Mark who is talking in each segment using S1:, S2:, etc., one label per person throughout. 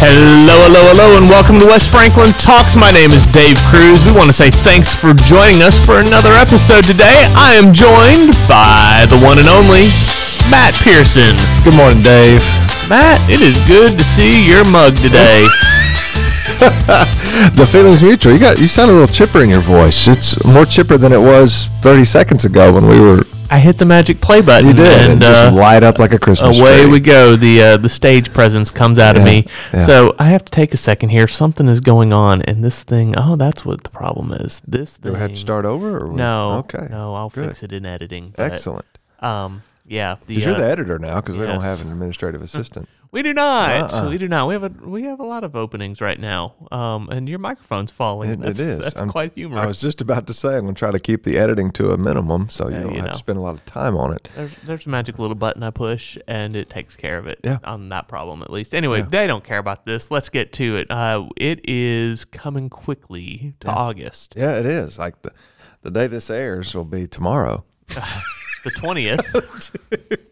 S1: Hello, hello, hello, and welcome to West Franklin Talks. My name is Dave Cruz. We want to say thanks for joining us for another episode today. I am joined by the one and only Matt Pearson.
S2: Good morning, Dave.
S1: Matt, it is good to see your mug today.
S2: The feeling's mutual. You got you sound a little chipper in your voice. It's more chipper than it was 30 seconds ago when we were.
S1: I hit the magic play button.
S2: You did and,
S1: and,
S2: just
S1: uh,
S2: light up like a Christmas
S1: away
S2: tree.
S1: we go. The uh, the stage presence comes out of
S2: Yeah,
S1: me.
S2: yeah.
S1: So I have to take a second here. Something is going on, and this thing. Oh, that's what the problem is. This thing.
S2: Do I have to start over? Or
S1: No.
S2: Okay.
S1: No, I'll
S2: Good.
S1: fix it in editing. but,
S2: Excellent.
S1: Um. Yeah. The,
S2: 'Cause
S1: uh,
S2: you're the editor now, because we don't
S1: yes.
S2: have an administrative assistant.
S1: We do not.
S2: Uh-uh.
S1: We do not. We have a we have a lot of openings right now. Um, and your microphone's falling.
S2: It- it
S1: that's,
S2: is.
S1: That's
S2: I'm-
S1: quite humorous.
S2: I was just about to say I'm going to try to keep the editing to a minimum, so you
S1: Yeah,
S2: don't
S1: you
S2: have
S1: know.
S2: to spend a lot of time on it.
S1: there's there's a magic little button I push and it takes care of it.
S2: Yeah.
S1: On that problem at least. Anyway, they don't care about this. Let's get to it. Uh, it is coming quickly to August
S2: Yeah, it is. Like the the day this airs will be tomorrow,
S1: the twentieth.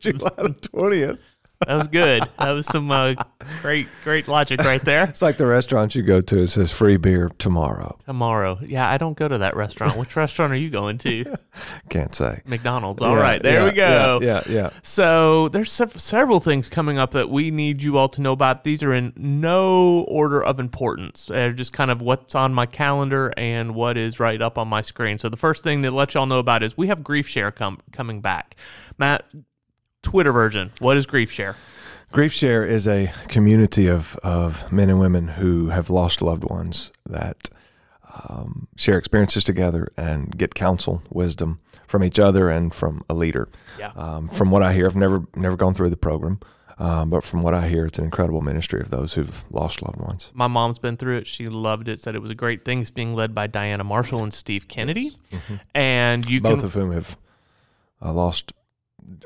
S2: July the 20th.
S1: that was good. That was some uh, great great logic right there.
S2: It's like the restaurant you go to. It says free beer tomorrow.
S1: Tomorrow. Yeah, I don't go to that restaurant. Which restaurant are you going to?
S2: Can't say.
S1: McDonald's. All
S2: Yeah,
S1: right, there
S2: yeah,
S1: we go.
S2: Yeah, yeah. yeah.
S1: So there's sev- several things coming up that we need you all to know about. These are in no order of importance. They're just kind of what's on my calendar and what is right up on my screen. So the first thing to let y'all know about is we have Grief Share com- coming back. Matt, Twitter version. What is Grief Share?
S2: Grief Share is a community of, of men and women who have lost loved ones that um, share experiences together and get counsel, wisdom from each other and from a leader.
S1: Yeah.
S2: Um, from what I hear, I've never never gone through the program, um, but from what I hear, it's an incredible ministry of those who've lost loved ones.
S1: My mom's been through it. She loved it. Said it was a great thing. It's being led by Diana Marshall and Steve Kennedy. And you
S2: Mm-hmm. Both
S1: can
S2: of whom have uh, lost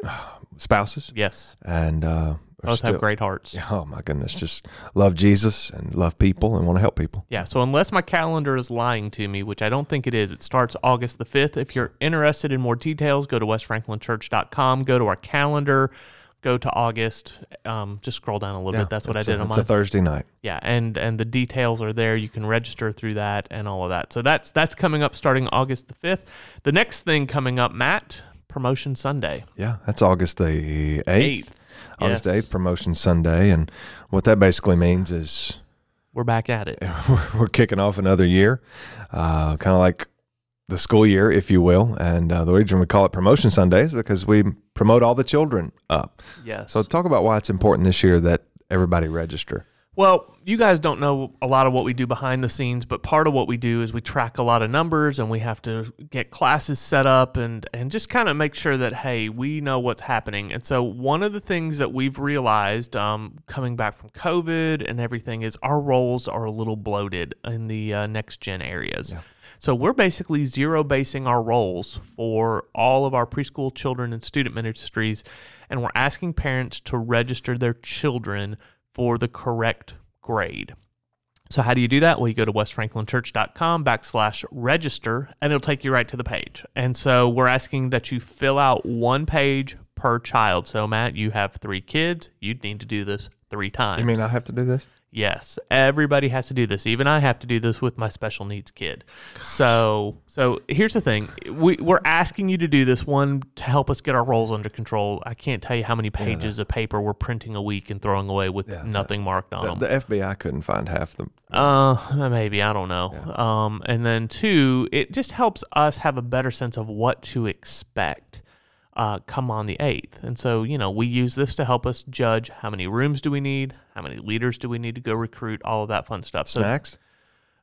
S2: uh, spouses
S1: yes,
S2: and uh, are
S1: both
S2: still,
S1: have great hearts.
S2: Oh my goodness! Just love Jesus and love people and want to help people.
S1: Yeah, so unless my calendar is lying to me, which I don't think it is, it starts August the 5th. If you're interested in more details, go to westfranklinchurch.com, go to our calendar, go to August, um, just scroll down a little bit. That's what I
S2: It's
S1: did
S2: a,
S1: on
S2: It's
S1: mine.
S2: a Thursday night.
S1: yeah, and and the details are there. You can register through that and all of that. So that's that's coming up starting August the 5th. The next thing coming up, Matt, Promotion Sunday.
S2: Yeah, that's August the 8th.
S1: Eighth.
S2: August
S1: Yes.
S2: 8th, Promotion Sunday. And what that basically means is
S1: We're back at it.
S2: we're, we're kicking off another year, uh, kind of like the school year, if you will. And uh, the reason we call it Promotion Sunday is because we promote all the children up.
S1: Yes.
S2: So, talk about why it's important this year that everybody register.
S1: Well, you guys don't know a lot of what we do behind the scenes, but part of what we do is we track a lot of numbers and we have to get classes set up and and just kind of make sure that hey, we know what's happening. And so one of the things that we've realized um, coming back from COVID and everything is our roles are a little bloated in the uh, next gen areas. So we're basically zero basing our roles for all of our preschool children and student ministries, and we're asking parents to register their children for the correct grade. So how do you do that? Well, you go to westfranklinchurch.com backslash register, and it'll take you right to the page. And so we're asking that you fill out one page per child. So Matt, you have three kids. You'd need to do this three times.
S2: You mean I have to do this?
S1: Yes, everybody has to do this. Even I have to do this with my special needs kid. So, so here's the thing: we, we're asking you to do this one to help us get our roles under control. I can't tell you how many pages of paper we're printing a week and throwing away with nothing marked on them.
S2: The FBI couldn't find half the.
S1: Uh, maybe I don't know. Um, and then two, it just helps us have a better sense of what to expect. Uh, come on the eighth, and so you know we use this to help us judge how many rooms do we need, how many leaders do we need to go recruit, all of that fun stuff. So,
S2: Snacks?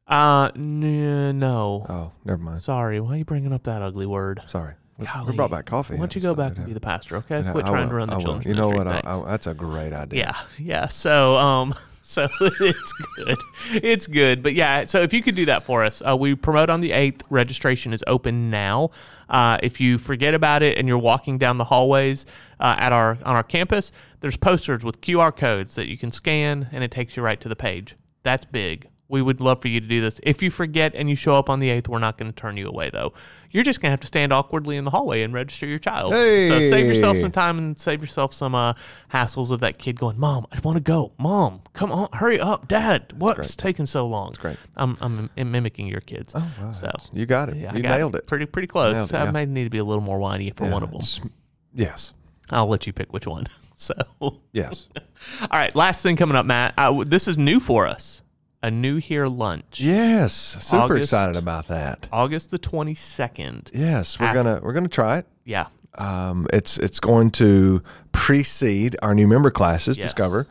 S1: uh, n- no,
S2: Oh, never mind.
S1: sorry, why are you bringing up that ugly word?
S2: Sorry. We-
S1: Golly.
S2: We brought back coffee.
S1: Why
S2: I
S1: don't you
S2: just
S1: go
S2: thought
S1: back
S2: we'd
S1: and be
S2: have-
S1: the pastor, okay?
S2: Yeah,
S1: Quit
S2: I
S1: trying
S2: will.
S1: to run the
S2: I will.
S1: children's
S2: You know
S1: ministry.
S2: what? I-
S1: Thanks.
S2: I- that's a great idea.
S1: Yeah, yeah. So, um, so it's good. It's good. But yeah, so if you could do that for us, uh, we promote on the eighth. Registration is open now. Uh, if you forget about it and you're walking down the hallways uh, at our on our campus, there's posters with QR codes that you can scan, and it takes you right to the page. That's big. We would love for you to do this. If you forget and you show up on the 8th, we're not going to turn you away, though. You're just going to have to stand awkwardly in the hallway and register your child. So save yourself
S2: Hey.
S1: some time and save yourself some uh, hassles of that kid going, Mom, I want to go. Mom, come on, hurry up. Dad, what's taking so long? That's
S2: great.
S1: I'm, I'm im- mimicking your kids. Oh, wow. So.
S2: You got it.
S1: Yeah, I
S2: you
S1: got
S2: nailed it.
S1: Pretty pretty close.
S2: Nailed it,
S1: I
S2: yeah.
S1: may need to be a little more whiny for one of them.
S2: It's- Yes.
S1: I'll let you pick which one. So, all
S2: Yes.
S1: right, last thing coming up, Matt. I w this is new for us. A new here lunch.
S2: yes. Super
S1: August.
S2: excited about that.
S1: August the 22nd.
S2: Yes, we're
S1: Af-
S2: gonna we're gonna try it.
S1: Yeah.
S2: Um, it's it's going to precede our new member classes,
S1: Yes.
S2: Discover,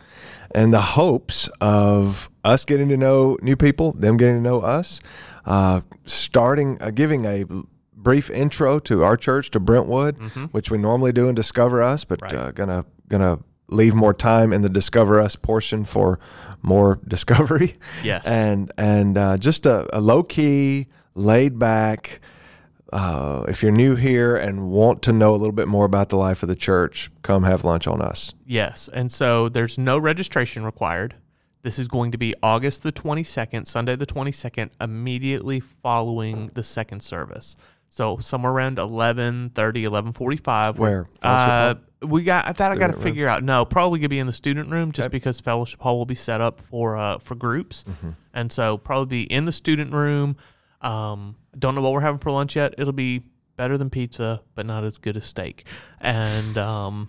S2: and the hopes of us getting to know new people, them getting to know us, uh, starting uh, giving a l- brief intro to our church to Brentwood, which we normally do in Discover Us, but
S1: Mm-hmm. Right.
S2: uh, gonna gonna leave more time in the Discover Us portion for more discovery.
S1: Yes.
S2: and and uh, just a, a low key, laid back uh, if you're new here and want to know a little bit more about the life of the church, come have lunch on us.
S1: Yes. And so there's no registration required. This is going to be August the 22nd, Sunday the 22nd, immediately following the second service. So somewhere around 11:30, 11:45. we're-
S2: Where?
S1: Uh,
S2: Fellowship
S1: we got. I thought I got to
S2: Student room.
S1: figure out. No, probably gonna be in the student room, just because fellowship hall will be set up for uh, for groups,
S2: Mm-hmm.
S1: and so probably be in the student room. Um, don't know what we're having for lunch yet. It'll be better than pizza, but not as good as steak. And um,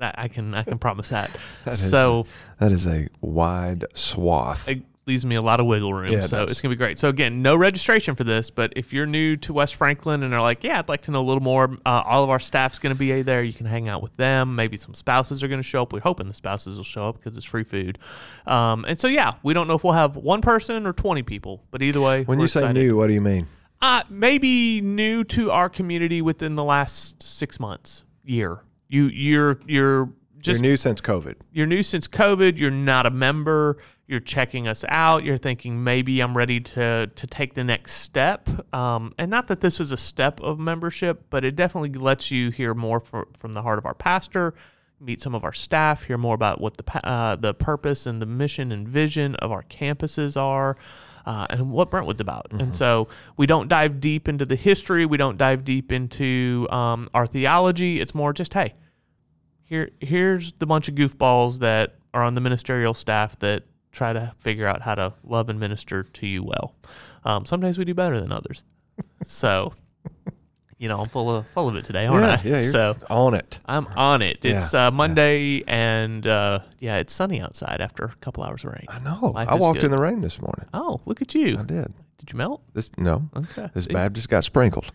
S1: I I can I can promise that.
S2: is-
S1: so
S2: That is a wide swath.
S1: it leaves me a lot of wiggle room.
S2: Yeah, it
S1: so
S2: does.
S1: it's going to be great. So again, no registration for this, but if you're new to West Franklin and are like, yeah, I'd like to know a little more, uh, all of our staff's going to be there. You can hang out with them. Maybe some spouses are going to show up. We're hoping the spouses will show up because it's free food. Um, and so yeah, we don't know if we'll have one person or 20 people, but either way,
S2: when
S1: we're
S2: you say
S1: excited.
S2: new, what do you mean?
S1: uh, maybe new to our community within the last six months, year. You you're you're just
S2: you're new since COVID.
S1: you're new since COVID, you're not a member, you're checking us out, you're thinking maybe I'm ready to to take the next step. Um, and not that this is a step of membership, but it definitely lets you hear more from, from the heart of our pastor, meet some of our staff, hear more about what the pa- uh, the purpose and the mission and vision of our campuses are. Uh, and what Brentwood's about. And so we don't dive deep into the history. We don't dive deep into um, our theology. It's more just, hey, here here's the bunch of goofballs that are on the ministerial staff that try to figure out how to love and minister to you well. Um, some days we do better than others. So, you know, I'm full of full of it today, aren't
S2: yeah,
S1: I?
S2: yeah, you're
S1: so
S2: on it.
S1: I'm on it. It's
S2: Yeah,
S1: uh, Monday, and uh, yeah, it's sunny outside after a couple hours of rain.
S2: I know.
S1: Life
S2: I
S1: is
S2: walked
S1: good.
S2: in the rain this morning.
S1: Oh, look at you!
S2: I did.
S1: Did you melt?
S2: This no.
S1: Okay.
S2: This
S1: See?
S2: Baptist got sprinkled.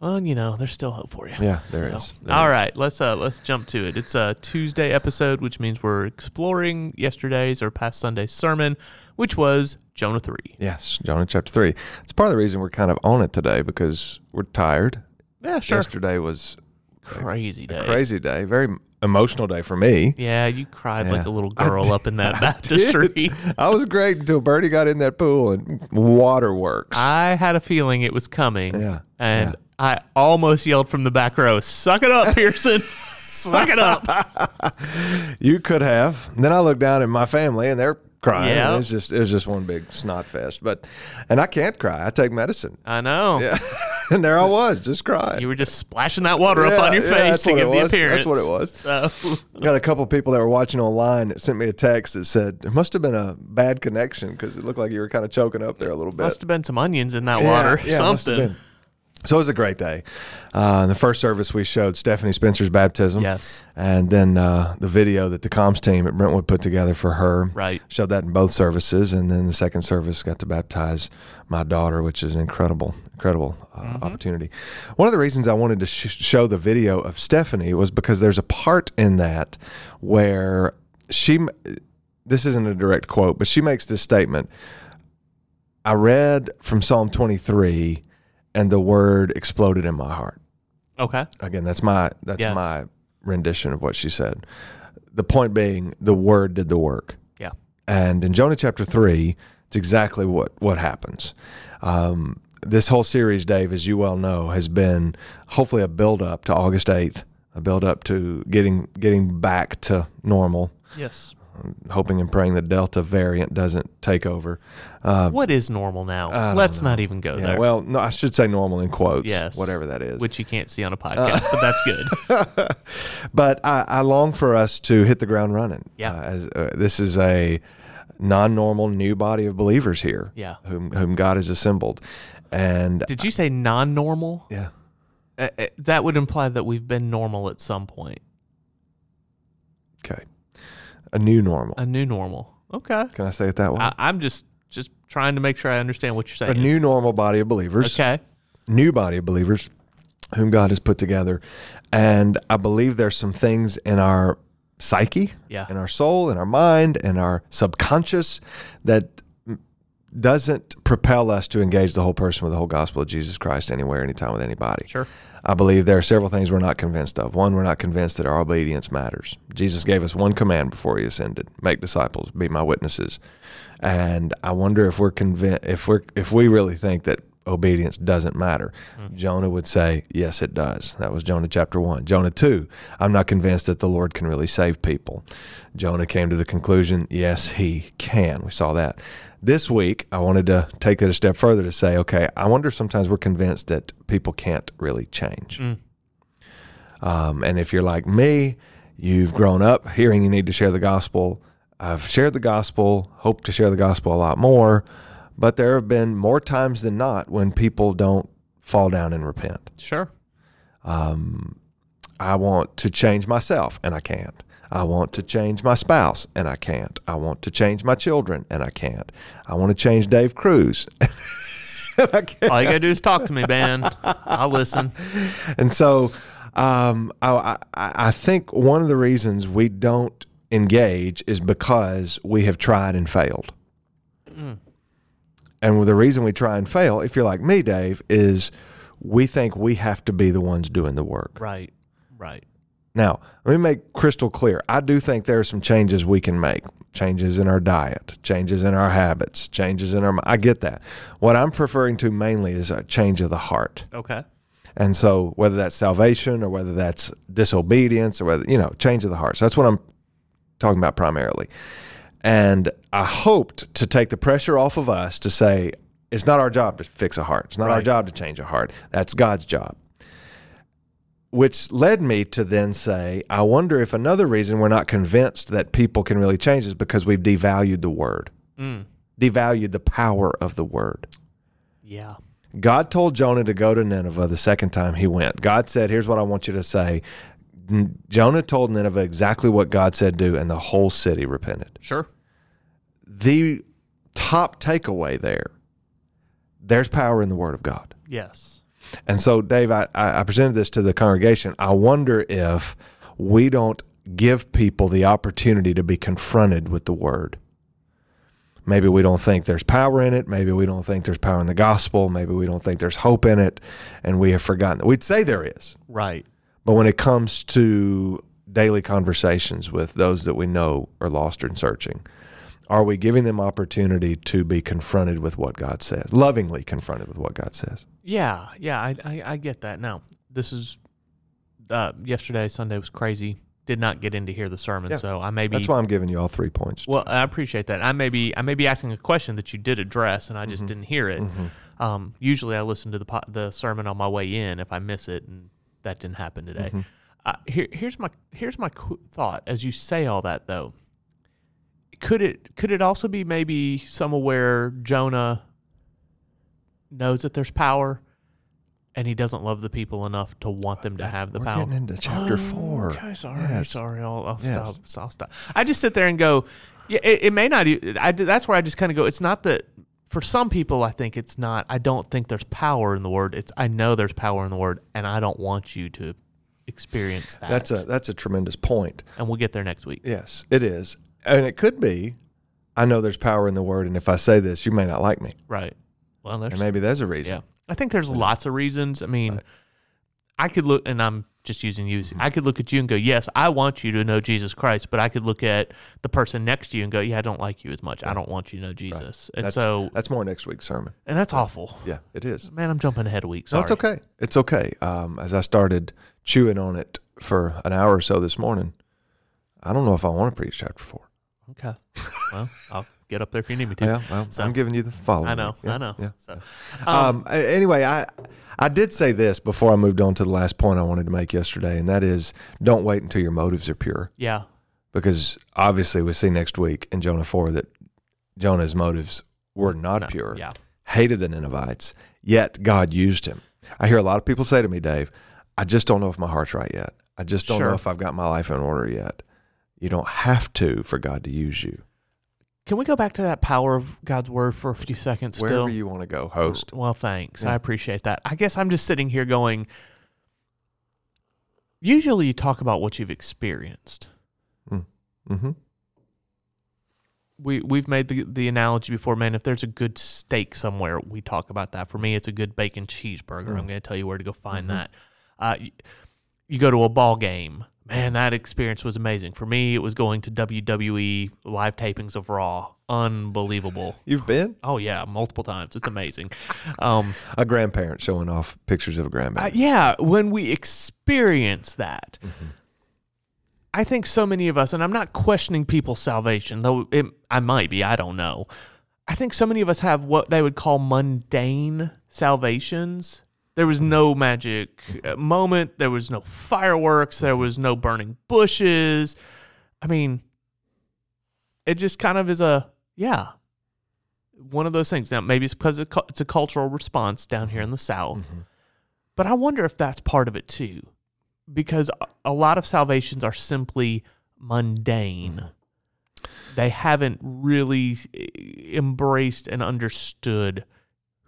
S1: Well, you know, there's still hope for you.
S2: Yeah, there
S1: So,
S2: is. There
S1: All
S2: is.
S1: right, let's uh let's jump to it. It's a Tuesday episode, which means we're exploring yesterday's or past Sunday's sermon, which was Jonah three.
S2: Yes, Jonah chapter three. It's part of the reason we're kind of on it today because we're tired.
S1: Yeah, sure.
S2: Yesterday was
S1: Crazy day.
S2: a crazy day, very emotional day for me.
S1: Yeah, you cried like
S2: Yeah.
S1: a little girl up in that baptistry.
S2: I was great until Birdie got in that pool and waterworks.
S1: I had a feeling it was coming,
S2: Yeah,
S1: and I almost yelled from the back row, "Suck it up, Pearson! Suck it up!"
S2: you could have. And then I looked down at my family and they're crying.
S1: Yeah.
S2: It was just it was just one big snot fest. But and I can't cry. I take medicine.
S1: I know.
S2: and there I was, just crying.
S1: You were just splashing that water up
S2: Yeah,
S1: on your
S2: yeah,
S1: face
S2: that's
S1: to
S2: what
S1: give
S2: it
S1: the
S2: was.
S1: appearance.
S2: That's what it was.
S1: So,
S2: Got a couple people that were watching online that sent me a text that said it must have been a bad connection because it looked like you were kind of choking up there a little bit.
S1: must have been some onions in that water.
S2: Yeah, yeah, must have
S1: something.
S2: been. So it was a great day. Uh, the first service we showed Stephanie Spencer's baptism.
S1: Yes.
S2: And then uh, the video that the comms team at Brentwood put together for her.
S1: Right.
S2: Showed that in both services. And then the second service got to baptize my daughter, which is an incredible, incredible uh, opportunity. One of the reasons I wanted to sh- show the video of Stephanie was because there's a part in that where she, m- this isn't a direct quote, but she makes this statement. I read from Psalm 23 and the word exploded in my heart.
S1: Okay.
S2: Again, that's my that's
S1: Yes.
S2: my rendition of what she said. The point being the word did the work.
S1: Yeah.
S2: And in Jonah chapter 3, it's exactly what what happens. Um, this whole series, Dave, as you well know, has been hopefully a build up to August 8th, a build up to getting getting back to normal
S1: Yes.
S2: hoping and praying the Delta variant doesn't take over. Uh,
S1: What is normal
S2: I
S1: now?
S2: don't
S1: Let's
S2: know.
S1: not even go
S2: yeah,
S1: there.
S2: well, no, I should say normal in quotes.
S1: Yes.
S2: Whatever that is.
S1: which you can't see on a podcast, but that's good.
S2: but I, I long for us to hit the ground running.
S1: Yeah.
S2: Uh, as, uh, this is a non-normal new body of believers here.
S1: Yeah.
S2: Whom whom God has assembled, and
S1: Did you say non-normal?
S2: yeah,
S1: Uh, uh, that would imply that we've been normal at some point.
S2: okay, a new normal.
S1: A new normal. Okay.
S2: Can I say it that way?
S1: I, I'm just just trying to make sure I understand what you're
S2: a
S1: saying.
S2: new normal body of believers.
S1: okay.
S2: new body of believers whom God has put together. And I believe there's some things in our psyche,
S1: Yeah.
S2: in our soul, in our mind, in our subconscious that doesn't propel us to engage the whole person with the whole gospel of Jesus Christ anywhere, anytime with anybody.
S1: Sure.
S2: I believe there are several things we're not convinced of. One, we're not convinced that our obedience matters. Jesus gave us one command before he ascended: make disciples, be my witnesses. And I wonder if we're convinced if we're if we really think that obedience doesn't matter.
S1: Hmm.
S2: Jonah would say, "Yes, it does." That was Jonah chapter 1. Jonah 2, I'm not convinced that the Lord can really save people. Jonah came to the conclusion, "Yes, he can." We saw that. This week, I wanted to take it a step further to say, okay, I wonder if sometimes we're convinced that people can't really change.
S1: Mm.
S2: Um, and if you're like me, you've grown up hearing you need to share the gospel. I've shared the gospel, hope to share the gospel a lot more, but there have been more times than not when people don't fall down and repent.
S1: Sure.
S2: I want to change myself and I can't. I want to change my spouse and I can't. I want to change my children and I can't. I want to change Dave Cruz and I can't.
S1: All you gotta do is talk to me, man. I'll listen.
S2: And so um, I, I, I think one of the reasons we don't engage is because we have tried and failed. And the reason we try and fail, if you're like me, Dave, is we think we have to be the ones doing the work.
S1: Right. Right.
S2: Now, let me make crystal clear. I do think there are some changes we can make changes in our diet, changes in our habits, changes in our. mi- I get that. What I'm referring to mainly is a change of the heart.
S1: Okay.
S2: And so, whether that's salvation or whether that's disobedience or whether, you know, change of the heart. So, that's what I'm talking about primarily. And I hoped to take the pressure off of us to say, it's not our job to fix a heart. It's not our
S1: Right.
S2: job to change a heart. That's God's job. Which led me to then say, I wonder if another reason we're not convinced that people can really change is because we've devalued the word,
S1: Mm.
S2: devalued the power of the word.
S1: Yeah.
S2: God told Jonah to go to Nineveh the second time he went. God said, Here's what I want you to say. N- Jonah told Nineveh exactly what God said do, and the whole city repented.
S1: Sure.
S2: The top takeaway there there's power in the Word of God.
S1: Yes.
S2: And so, Dave, I, I I presented this to the congregation. I wonder if we don't give people the opportunity to be confronted with the word. Maybe we don't think there's power in it. Maybe we don't think there's power in the gospel. Maybe we don't think there's hope in it. And we have forgotten that. We'd say there is.
S1: Right.
S2: But when it comes to daily conversations with those that we know are lost and searching, are we giving them opportunity to be confronted with what God says, lovingly confronted with what God says?
S1: Yeah, yeah, I, I, I get that. Now, this is uh, yesterday. Sunday was crazy. Did not get in to hear the sermon,
S2: Yeah.
S1: so I may be.
S2: That's why I'm giving you all three points.
S1: well, I appreciate that. I may be I may be asking a question that you did address, and I
S2: Mm-hmm.
S1: just didn't hear it. Um, usually, I listen to the po- the sermon on my way in if I miss it, and that didn't happen today.
S2: Mm-hmm.
S1: Uh, here, here's my here's my qu- thought as you say all that though. Could it could it also be maybe some aware Jonah knows that there's power, and he doesn't love the people enough to want them to have the
S2: Uh, We're
S1: power? Oh,
S2: getting into chapter four.
S1: Okay, sorry,
S2: Yes.
S1: sorry. I'll, I'll
S2: Yes.
S1: stop. I'll stop. I just sit there and go. Yeah, it, it may not. e- I d- that's where I just kind of go. It's not that for some people. I think it's not. I don't think there's power in the word. It's I know there's power in the word, and I don't want you to experience that.
S2: That's a that's a tremendous point.
S1: And we'll get there next week.
S2: Yes, it is, and it could be. I know there's power in the word, and if I say this, you may not like me,
S1: Right. Well, there's
S2: and maybe there's a reason.
S1: Yeah. I think there's lots of reasons. I mean, I could look, and I'm just using you.
S2: Mm-hmm.
S1: as- I could look at you and go, yes, I want you to know Jesus Christ, but I could look at the person next to you and go, yeah, I don't like you as much. I don't want you to know Jesus. And
S2: that's,
S1: so,
S2: that's more next week's sermon.
S1: and that's awful.
S2: Yeah, it is.
S1: Man, I'm jumping ahead a week. Sorry.
S2: No, it's okay. It's okay. Um, as I started chewing on it for an hour or so this morning, I don't know if I want to preach chapter four.
S1: Okay. well, I'll get up there if you need me to.
S2: Yeah, well,
S1: So-
S2: I'm giving you the follow.
S1: I know.
S2: Yeah,
S1: I know.
S2: Yeah.
S1: So, um,
S2: Um, a- anyway, I I did say this before I moved on to the last point I wanted to make yesterday, and that is don't wait until your motives are pure,
S1: yeah.
S2: because obviously we see next week in Jonah four that Jonah's motives were not
S1: No,
S2: pure.
S1: Yeah.
S2: hated the Ninevites, yet God used him. I hear a lot of people say to me, Dave, I just don't know if my heart's right yet. I just don't know
S1: Sure.
S2: if I've got my life in order yet. You don't have to for God to use you.
S1: Can we go back to that power of God's word for a few seconds
S2: Wherever
S1: still?
S2: you want to go, host.
S1: Well, thanks.
S2: Yeah.
S1: I appreciate that. I guess I'm just sitting here going, usually you talk about what you've experienced.
S2: hmm
S1: We, we've made the, the analogy before, man. If there's a good steak somewhere, we talk about that. For me, it's a good bacon cheeseburger. I'm
S2: Mm.
S1: going to tell you where to go find
S2: Mhm.
S1: that. Uh, y- you go to a ball game. Man, that experience was amazing. For me, it was going to WWE live tapings of Raw. Unbelievable.
S2: You've been
S1: Oh yeah, multiple times. It's amazing. Um,
S2: a grandparent showing off pictures of a
S1: uh,
S2: grandbaby.
S1: yeah, when we experience that, I think so many of us, and I'm not questioning people's salvation, though it, I might be. I don't know. I think so many of us have what they would call mundane salvations. There was no magic uh, moment. There was no fireworks. There was no burning bushes. I mean, it just kind of is a yeah one of those things now maybe it's because it cu- it's a cultural response down here in the south but i wonder if that's part of it too because a- a lot of salvations are simply mundane
S2: Mm-hmm.
S1: they haven't really s- embraced and understood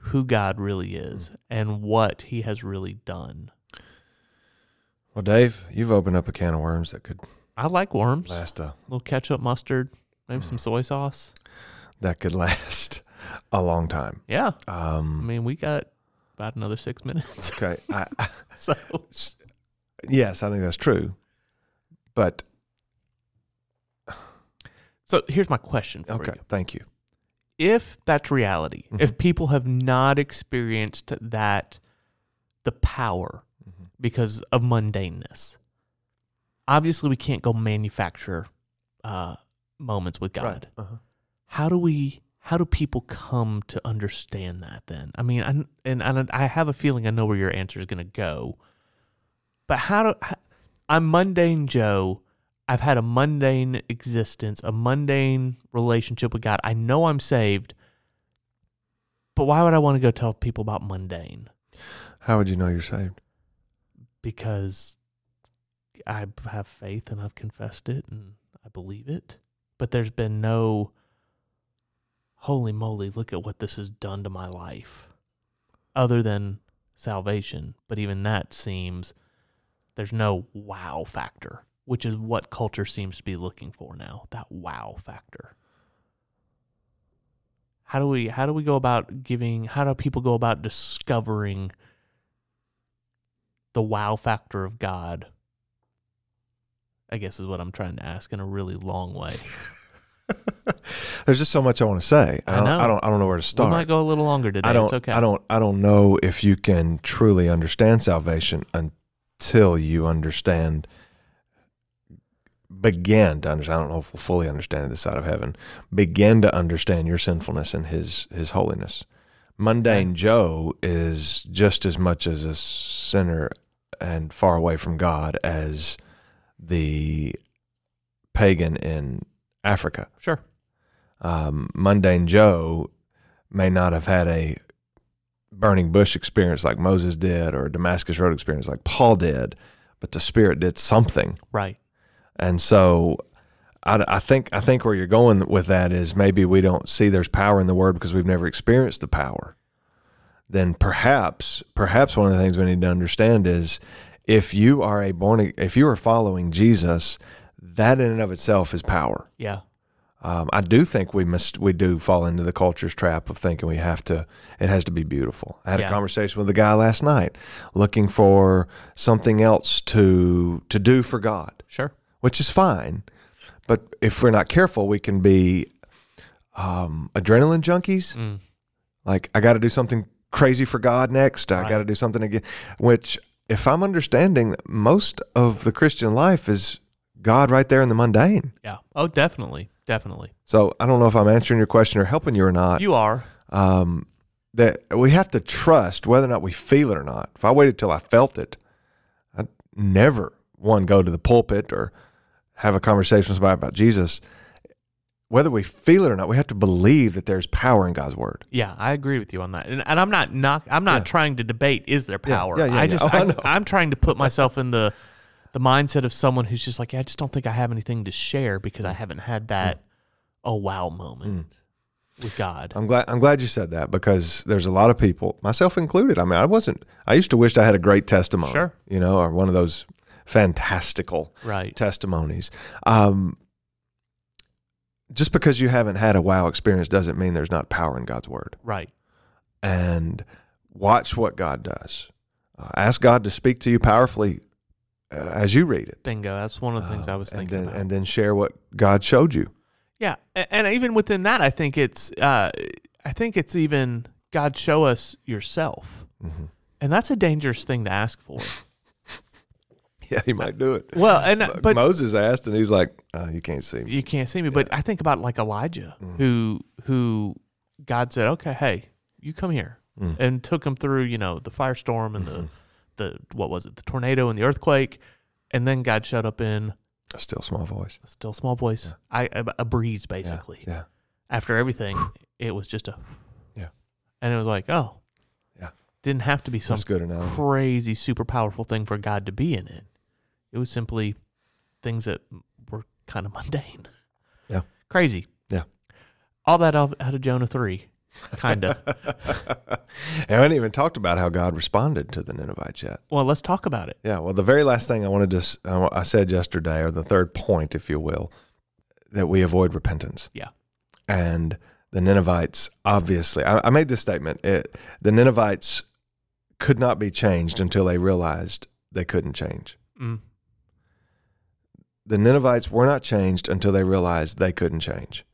S1: who god really is
S2: Mm-hmm.
S1: and what he has really done
S2: Well, Dave, you've opened up a can of worms that could
S1: i like worms a
S2: last a
S1: little ketchup mustard maybe
S2: Mm-hmm.
S1: some soy sauce
S2: that could last a long time.
S1: yeah i
S2: Um,
S1: mean we got about another six minutes
S2: okay, I, I,
S1: so
S2: S- yes, I think that's true, but
S1: So here's my question for
S2: okay,
S1: you.
S2: thank you.
S1: If that's reality,
S2: Mhm.
S1: if people have not experienced that, the power
S2: Mhm.
S1: because of mundaneness, obviously we can't go manufacture uh, moments with God.
S2: Right. Uh-huh.
S1: How do we? How do people come to understand that? Then I mean, I, and and I have a feeling I know where your answer is going to go, but how do how, I'm mundane Joe? I've had a mundane existence, a mundane relationship with God. I know I'm saved, but why would I want to go tell people about mundane?
S2: How would you know you're saved?
S1: Because I b- have faith and I've confessed it and I believe it, but there's been no holy moly, look at what this has done to my life other than salvation. But even that seems there's no wow factor, which is what culture seems to be looking for now, that wow factor. How do we how do we go about giving how do people go about discovering the wow factor of God? I guess is what I'm trying to ask in a really long way.
S2: There's just so much I want to say. I
S1: I
S2: don't, I,
S1: know.
S2: don't. I don't know where to
S1: We
S2: start.
S1: might go a little longer today.
S2: I don't.
S1: it's okay.
S2: I don't. I don't know if you can truly understand salvation until you understand, begin to understand. I don't know if we'll fully understand this side of heaven. Begin to understand your sinfulness and His His holiness. Mundane Joe is just as much as a sinner and far away from God as the pagan in Africa
S1: Sure.
S2: um, mundane Joe may not have had a burning bush experience like Moses did or a Damascus Road experience like Paul did, but the Spirit did something.
S1: Right.
S2: And so I, I think I think where you're going with that is maybe we don't see there's power in the Word because we've never experienced the power. Then perhaps perhaps one of the things we need to understand is if you are a born if you are following Jesus, that in and of itself is power.
S1: Yeah.
S2: Um, I do think we must we do fall into the culture's trap of thinking we have to it has to be beautiful. I had a
S1: Yeah.
S2: conversation with a guy last night looking for something else to to do for God,
S1: Sure.
S2: which is fine. But if we're not careful, we can be um, adrenaline junkies.
S1: Mm.
S2: Like I got to do something crazy for God next. I
S1: Right.
S2: got to do something again. Which, if I'm understanding, most of the Christian life is God right there in the mundane.
S1: Yeah. Oh, definitely. Definitely.
S2: So I don't know if I'm answering your question or helping you or not.
S1: You are.
S2: Um, that we have to trust whether or not we feel it or not. If I waited till I felt it, I'd never one go to the pulpit or have a conversation with somebody about Jesus. Whether we feel it or not, we have to believe that there's power in God's word.
S1: Yeah, I agree with you on that. And, and I'm not knock, I'm not
S2: Yeah.
S1: trying to debate is there
S2: Yeah,
S1: power.
S2: yeah, yeah,
S1: I
S2: yeah.
S1: just
S2: Oh, I know.
S1: I, am trying to put myself in the the mindset of someone who's just like, yeah, I just don't think I have anything to share because
S2: Mm.
S1: I haven't had that oh wow moment
S2: Mm.
S1: with God.
S2: I'm glad I'm glad you said that because there's a lot of people, myself included. I mean, I wasn't I used to wish I had a great testimony.
S1: Sure.
S2: You know, or one of those fantastical
S1: right.
S2: testimonies. Um just because you haven't had a wow experience doesn't mean there's not power in God's word.
S1: right.
S2: And watch what God does. Uh, ask God to speak to you powerfully uh, as you read it.
S1: Bingo. That's one of the things I
S2: Um,
S1: was
S2: and
S1: thinking
S2: then-
S1: about.
S2: and then share what God showed you.
S1: Yeah, a- and even within that, I think it's uh, I think it's even God show us yourself,
S2: Mhm.
S1: and that's a dangerous thing to ask for.
S2: Yeah, he might do it.
S1: well, and uh, but
S2: Moses asked, and he's like, uh, "You can't see me."
S1: you can't see me. But I think about like Elijah, who who God said, okay, hey, you come here, and took him through you know the firestorm and the the what was it the tornado and the earthquake, and then God showed up in
S2: A still small voice.
S1: a still small voice, I a, a breeze basically.
S2: Yeah.
S1: after everything, it was just a
S2: Yeah.
S1: and it was like oh
S2: Yeah.
S1: didn't have to be some
S2: That's good enough.
S1: crazy super powerful thing for God to be in it. It was simply things that were kind of mundane,
S2: Yeah.
S1: crazy,
S2: Yeah.
S1: All that out out of Jonah three, kind of.
S2: I haven't even talked about how God responded to the Ninevites yet.
S1: well, let's talk about it.
S2: Yeah. Well, the very last thing I wanted to, s- uh, I said yesterday, or the third point, if you will, that we avoid repentance.
S1: Yeah.
S2: And the Ninevites, obviously, I, I made this statement. It, the Ninevites could not be changed until they realized they couldn't change.
S1: Mm.
S2: the Ninevites were not changed until they realized they couldn't change.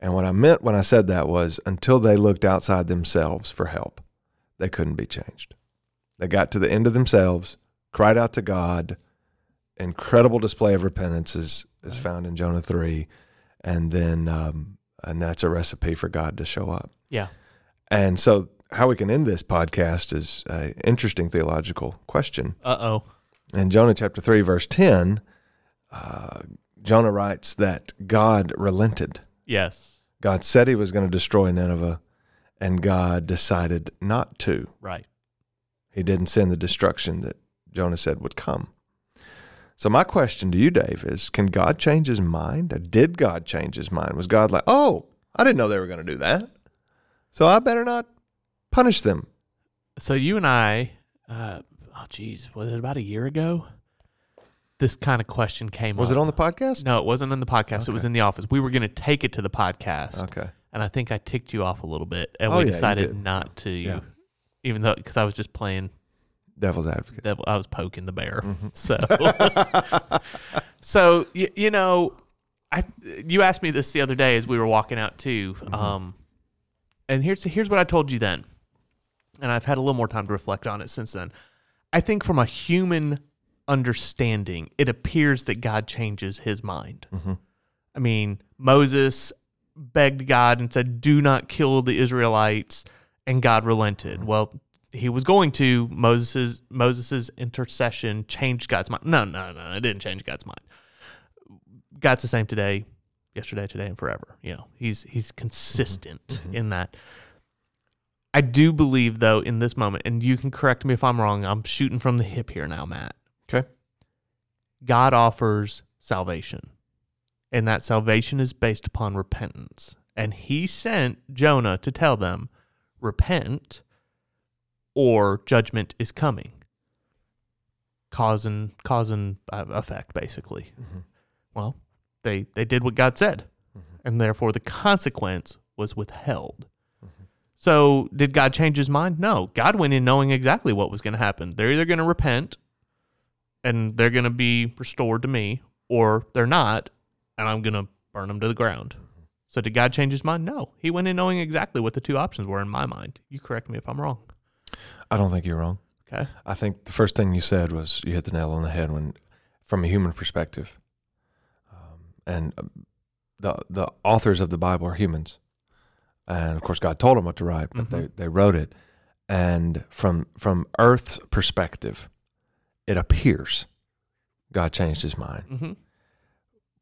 S2: And what I meant when I said that was until they looked outside themselves for help, they couldn't be changed. They got to the end of themselves, cried out to God. Incredible display of repentance is, is
S1: Right.
S2: found in Jonah 3. And then, um, and that's a recipe for God to show up.
S1: Yeah.
S2: And so, how we can end this podcast is an interesting theological question
S1: Uh oh.
S2: in Jonah chapter 3, verse 10, uh, Jonah writes that God relented.
S1: Yes.
S2: God said he was going to destroy Nineveh, and God decided not to.
S1: Right.
S2: He didn't send the destruction that Jonah said would come. So, my question to you, Dave, is can God change his mind? Did God change his mind? Was God like, oh, I didn't know they were going to do that, so I better not punish them?
S1: So you and I, uh, oh geez, was it about a year ago? This kind of question came
S2: Was
S1: up.
S2: it on the podcast?
S1: No, it wasn't in the podcast. It was
S2: Okay.
S1: in the office. We were going to take it to the podcast,
S2: Okay.
S1: and I think I ticked you off a little bit, and
S2: Oh,
S1: we
S2: yeah, you
S1: decided
S2: did.
S1: not to,
S2: Yeah.
S1: even though because I was just playing.
S2: Devil's advocate.
S1: Devil, I was poking the bear, so so you, you know, I you asked me this the other day as we were walking out too, um, and here's here's what I told you then, and I've had a little more time to reflect on it since then. I think from a human understanding, it appears that God changes His mind. I mean, Moses begged God and said, Do not kill the Israelites. And God relented. Well, he was going to. Moses' Moses's intercession changed God's mind. No, no, no, it didn't change God's mind. God's the same today, yesterday, today, and forever. You know, he's he's consistent in that. I do believe though in this moment, and you can correct me if I'm wrong. I'm shooting from the hip here now, Matt.
S2: Okay.
S1: God offers salvation, and that salvation is based upon repentance. And he sent Jonah to tell them, repent, or judgment is coming. Cause and, cause and uh, effect, basically. Well, they, they did what God said, and therefore the consequence was withheld. So, did God change his mind? No. God went in knowing exactly what was going to happen. They're either going to repent and they're going to be restored to me, or they're not, and I'm going to burn them to the ground. So did God change his mind? No. He went in knowing exactly what the two options were in my mind. You correct me if I'm wrong.
S2: I don't think you're wrong.
S1: Okay.
S2: I think the first thing you said was you hit the nail on the head when, from a human perspective, and uh, the the authors of the Bible are humans, and of course God told them what to write, but they, they wrote it. And from from Earth's perspective, it appears God changed His mind.
S1: hmm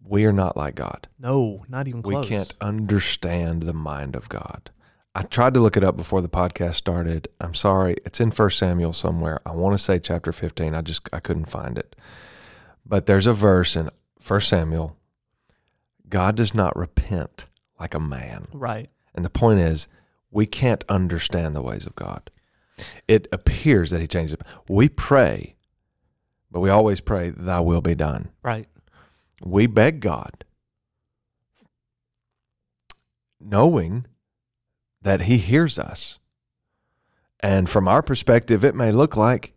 S2: We are not like God.
S1: No, not even close.
S2: We can't understand the mind of God. I tried to look it up before the podcast started. I'm sorry. It's in 1 Samuel somewhere. I want to say chapter 15. I just I couldn't find it. But there's a verse in 1 Samuel. God does not repent like a man.
S1: Right.
S2: And the point is, we can't understand the ways of God. It appears that he changes. We pray, but we always pray, thy will be done
S1: Right.
S2: we beg God, knowing that He hears us. And from our perspective, it may look like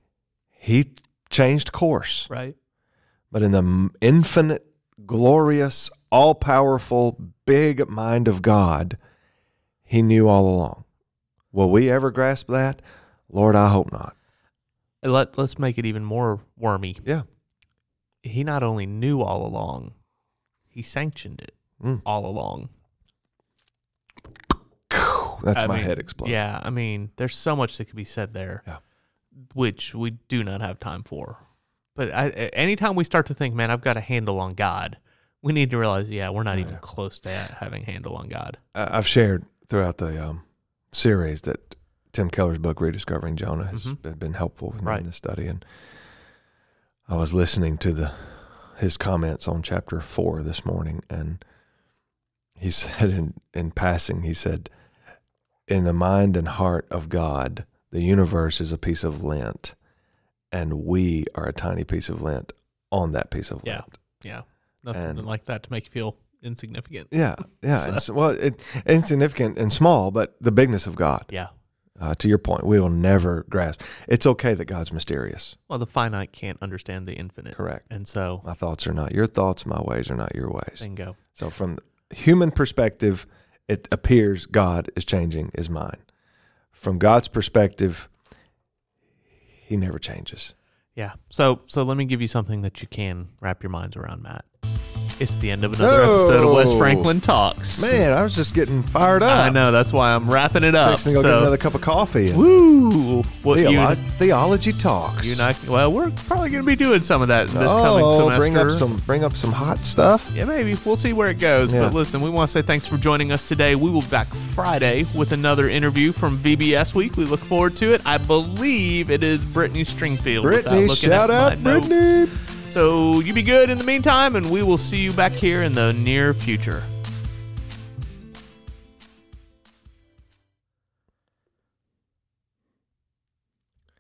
S2: He changed course,
S1: Right.
S2: but in the m- infinite, glorious, all powerful, big mind of God, He knew all along. Will we ever grasp that? Lord, I hope not.
S1: And Let Let's make it even more wormy.
S2: Yeah.
S1: He not only knew all along, he sanctioned it
S2: Mm.
S1: all along.
S2: That's
S1: I
S2: my
S1: mean,
S2: head exploding.
S1: Yeah, I mean, there's so much that could be said there,
S2: Yeah.
S1: which we do not have time for. But I, a- anytime we start to think, man, I've got a handle on God, we need to realize, yeah, we're not even close to ha- having a handle on God.
S2: I- I've shared throughout the um, series that Tim Keller's book "Rediscovering Jonah" has
S1: Mhm.
S2: been- been helpful with me
S1: Right.
S2: in this study, and I was listening to the his comments on chapter four this morning, and he said in in passing, he said, "In the mind and heart of God, the universe is a piece of lint, and we are a tiny piece of lint on that piece of
S1: Yeah.
S2: lint."
S1: Yeah, nothing
S2: And-
S1: like that to make you feel insignificant.
S2: Yeah, yeah. and so- well, it, insignificant and small, but the bigness of God
S1: Yeah.
S2: uh, to your point, we will never grasp. It's okay that God's mysterious.
S1: Well, the finite can't understand the infinite.
S2: Correct.
S1: And so,
S2: My thoughts are not your thoughts. My ways are not your ways.
S1: bingo.
S2: So, from the human perspective, it appears God is changing his mind. From God's perspective, he never changes.
S1: Yeah. So so let me give you something that you can wrap your minds around, Matt. It's the end of another episode of West
S2: No.
S1: Franklin Talks.
S2: Oh. Man, I was just getting fired up.
S1: I know that's why I'm wrapping it up.
S2: Next thing, I'll get
S1: so-
S2: another cup of coffee. And
S1: Woo! What you,
S2: theolo- theology talks.
S1: you and I- Well, we're probably going to be doing some of that this coming
S2: oh,
S1: semester.
S2: bring up some bring up some hot stuff.
S1: Yeah, maybe. We'll see where it goes.
S2: Yeah.
S1: But listen, we want to say thanks for joining us today. We will be back Friday with another interview from VBS Week. We look forward to it. I believe it is Brittany Stringfield. without
S2: Brittany,
S1: looking
S2: shout
S1: at my
S2: out,
S1: notes.
S2: Brittany.
S1: So you be good in the meantime, and we will see you back here in the near future.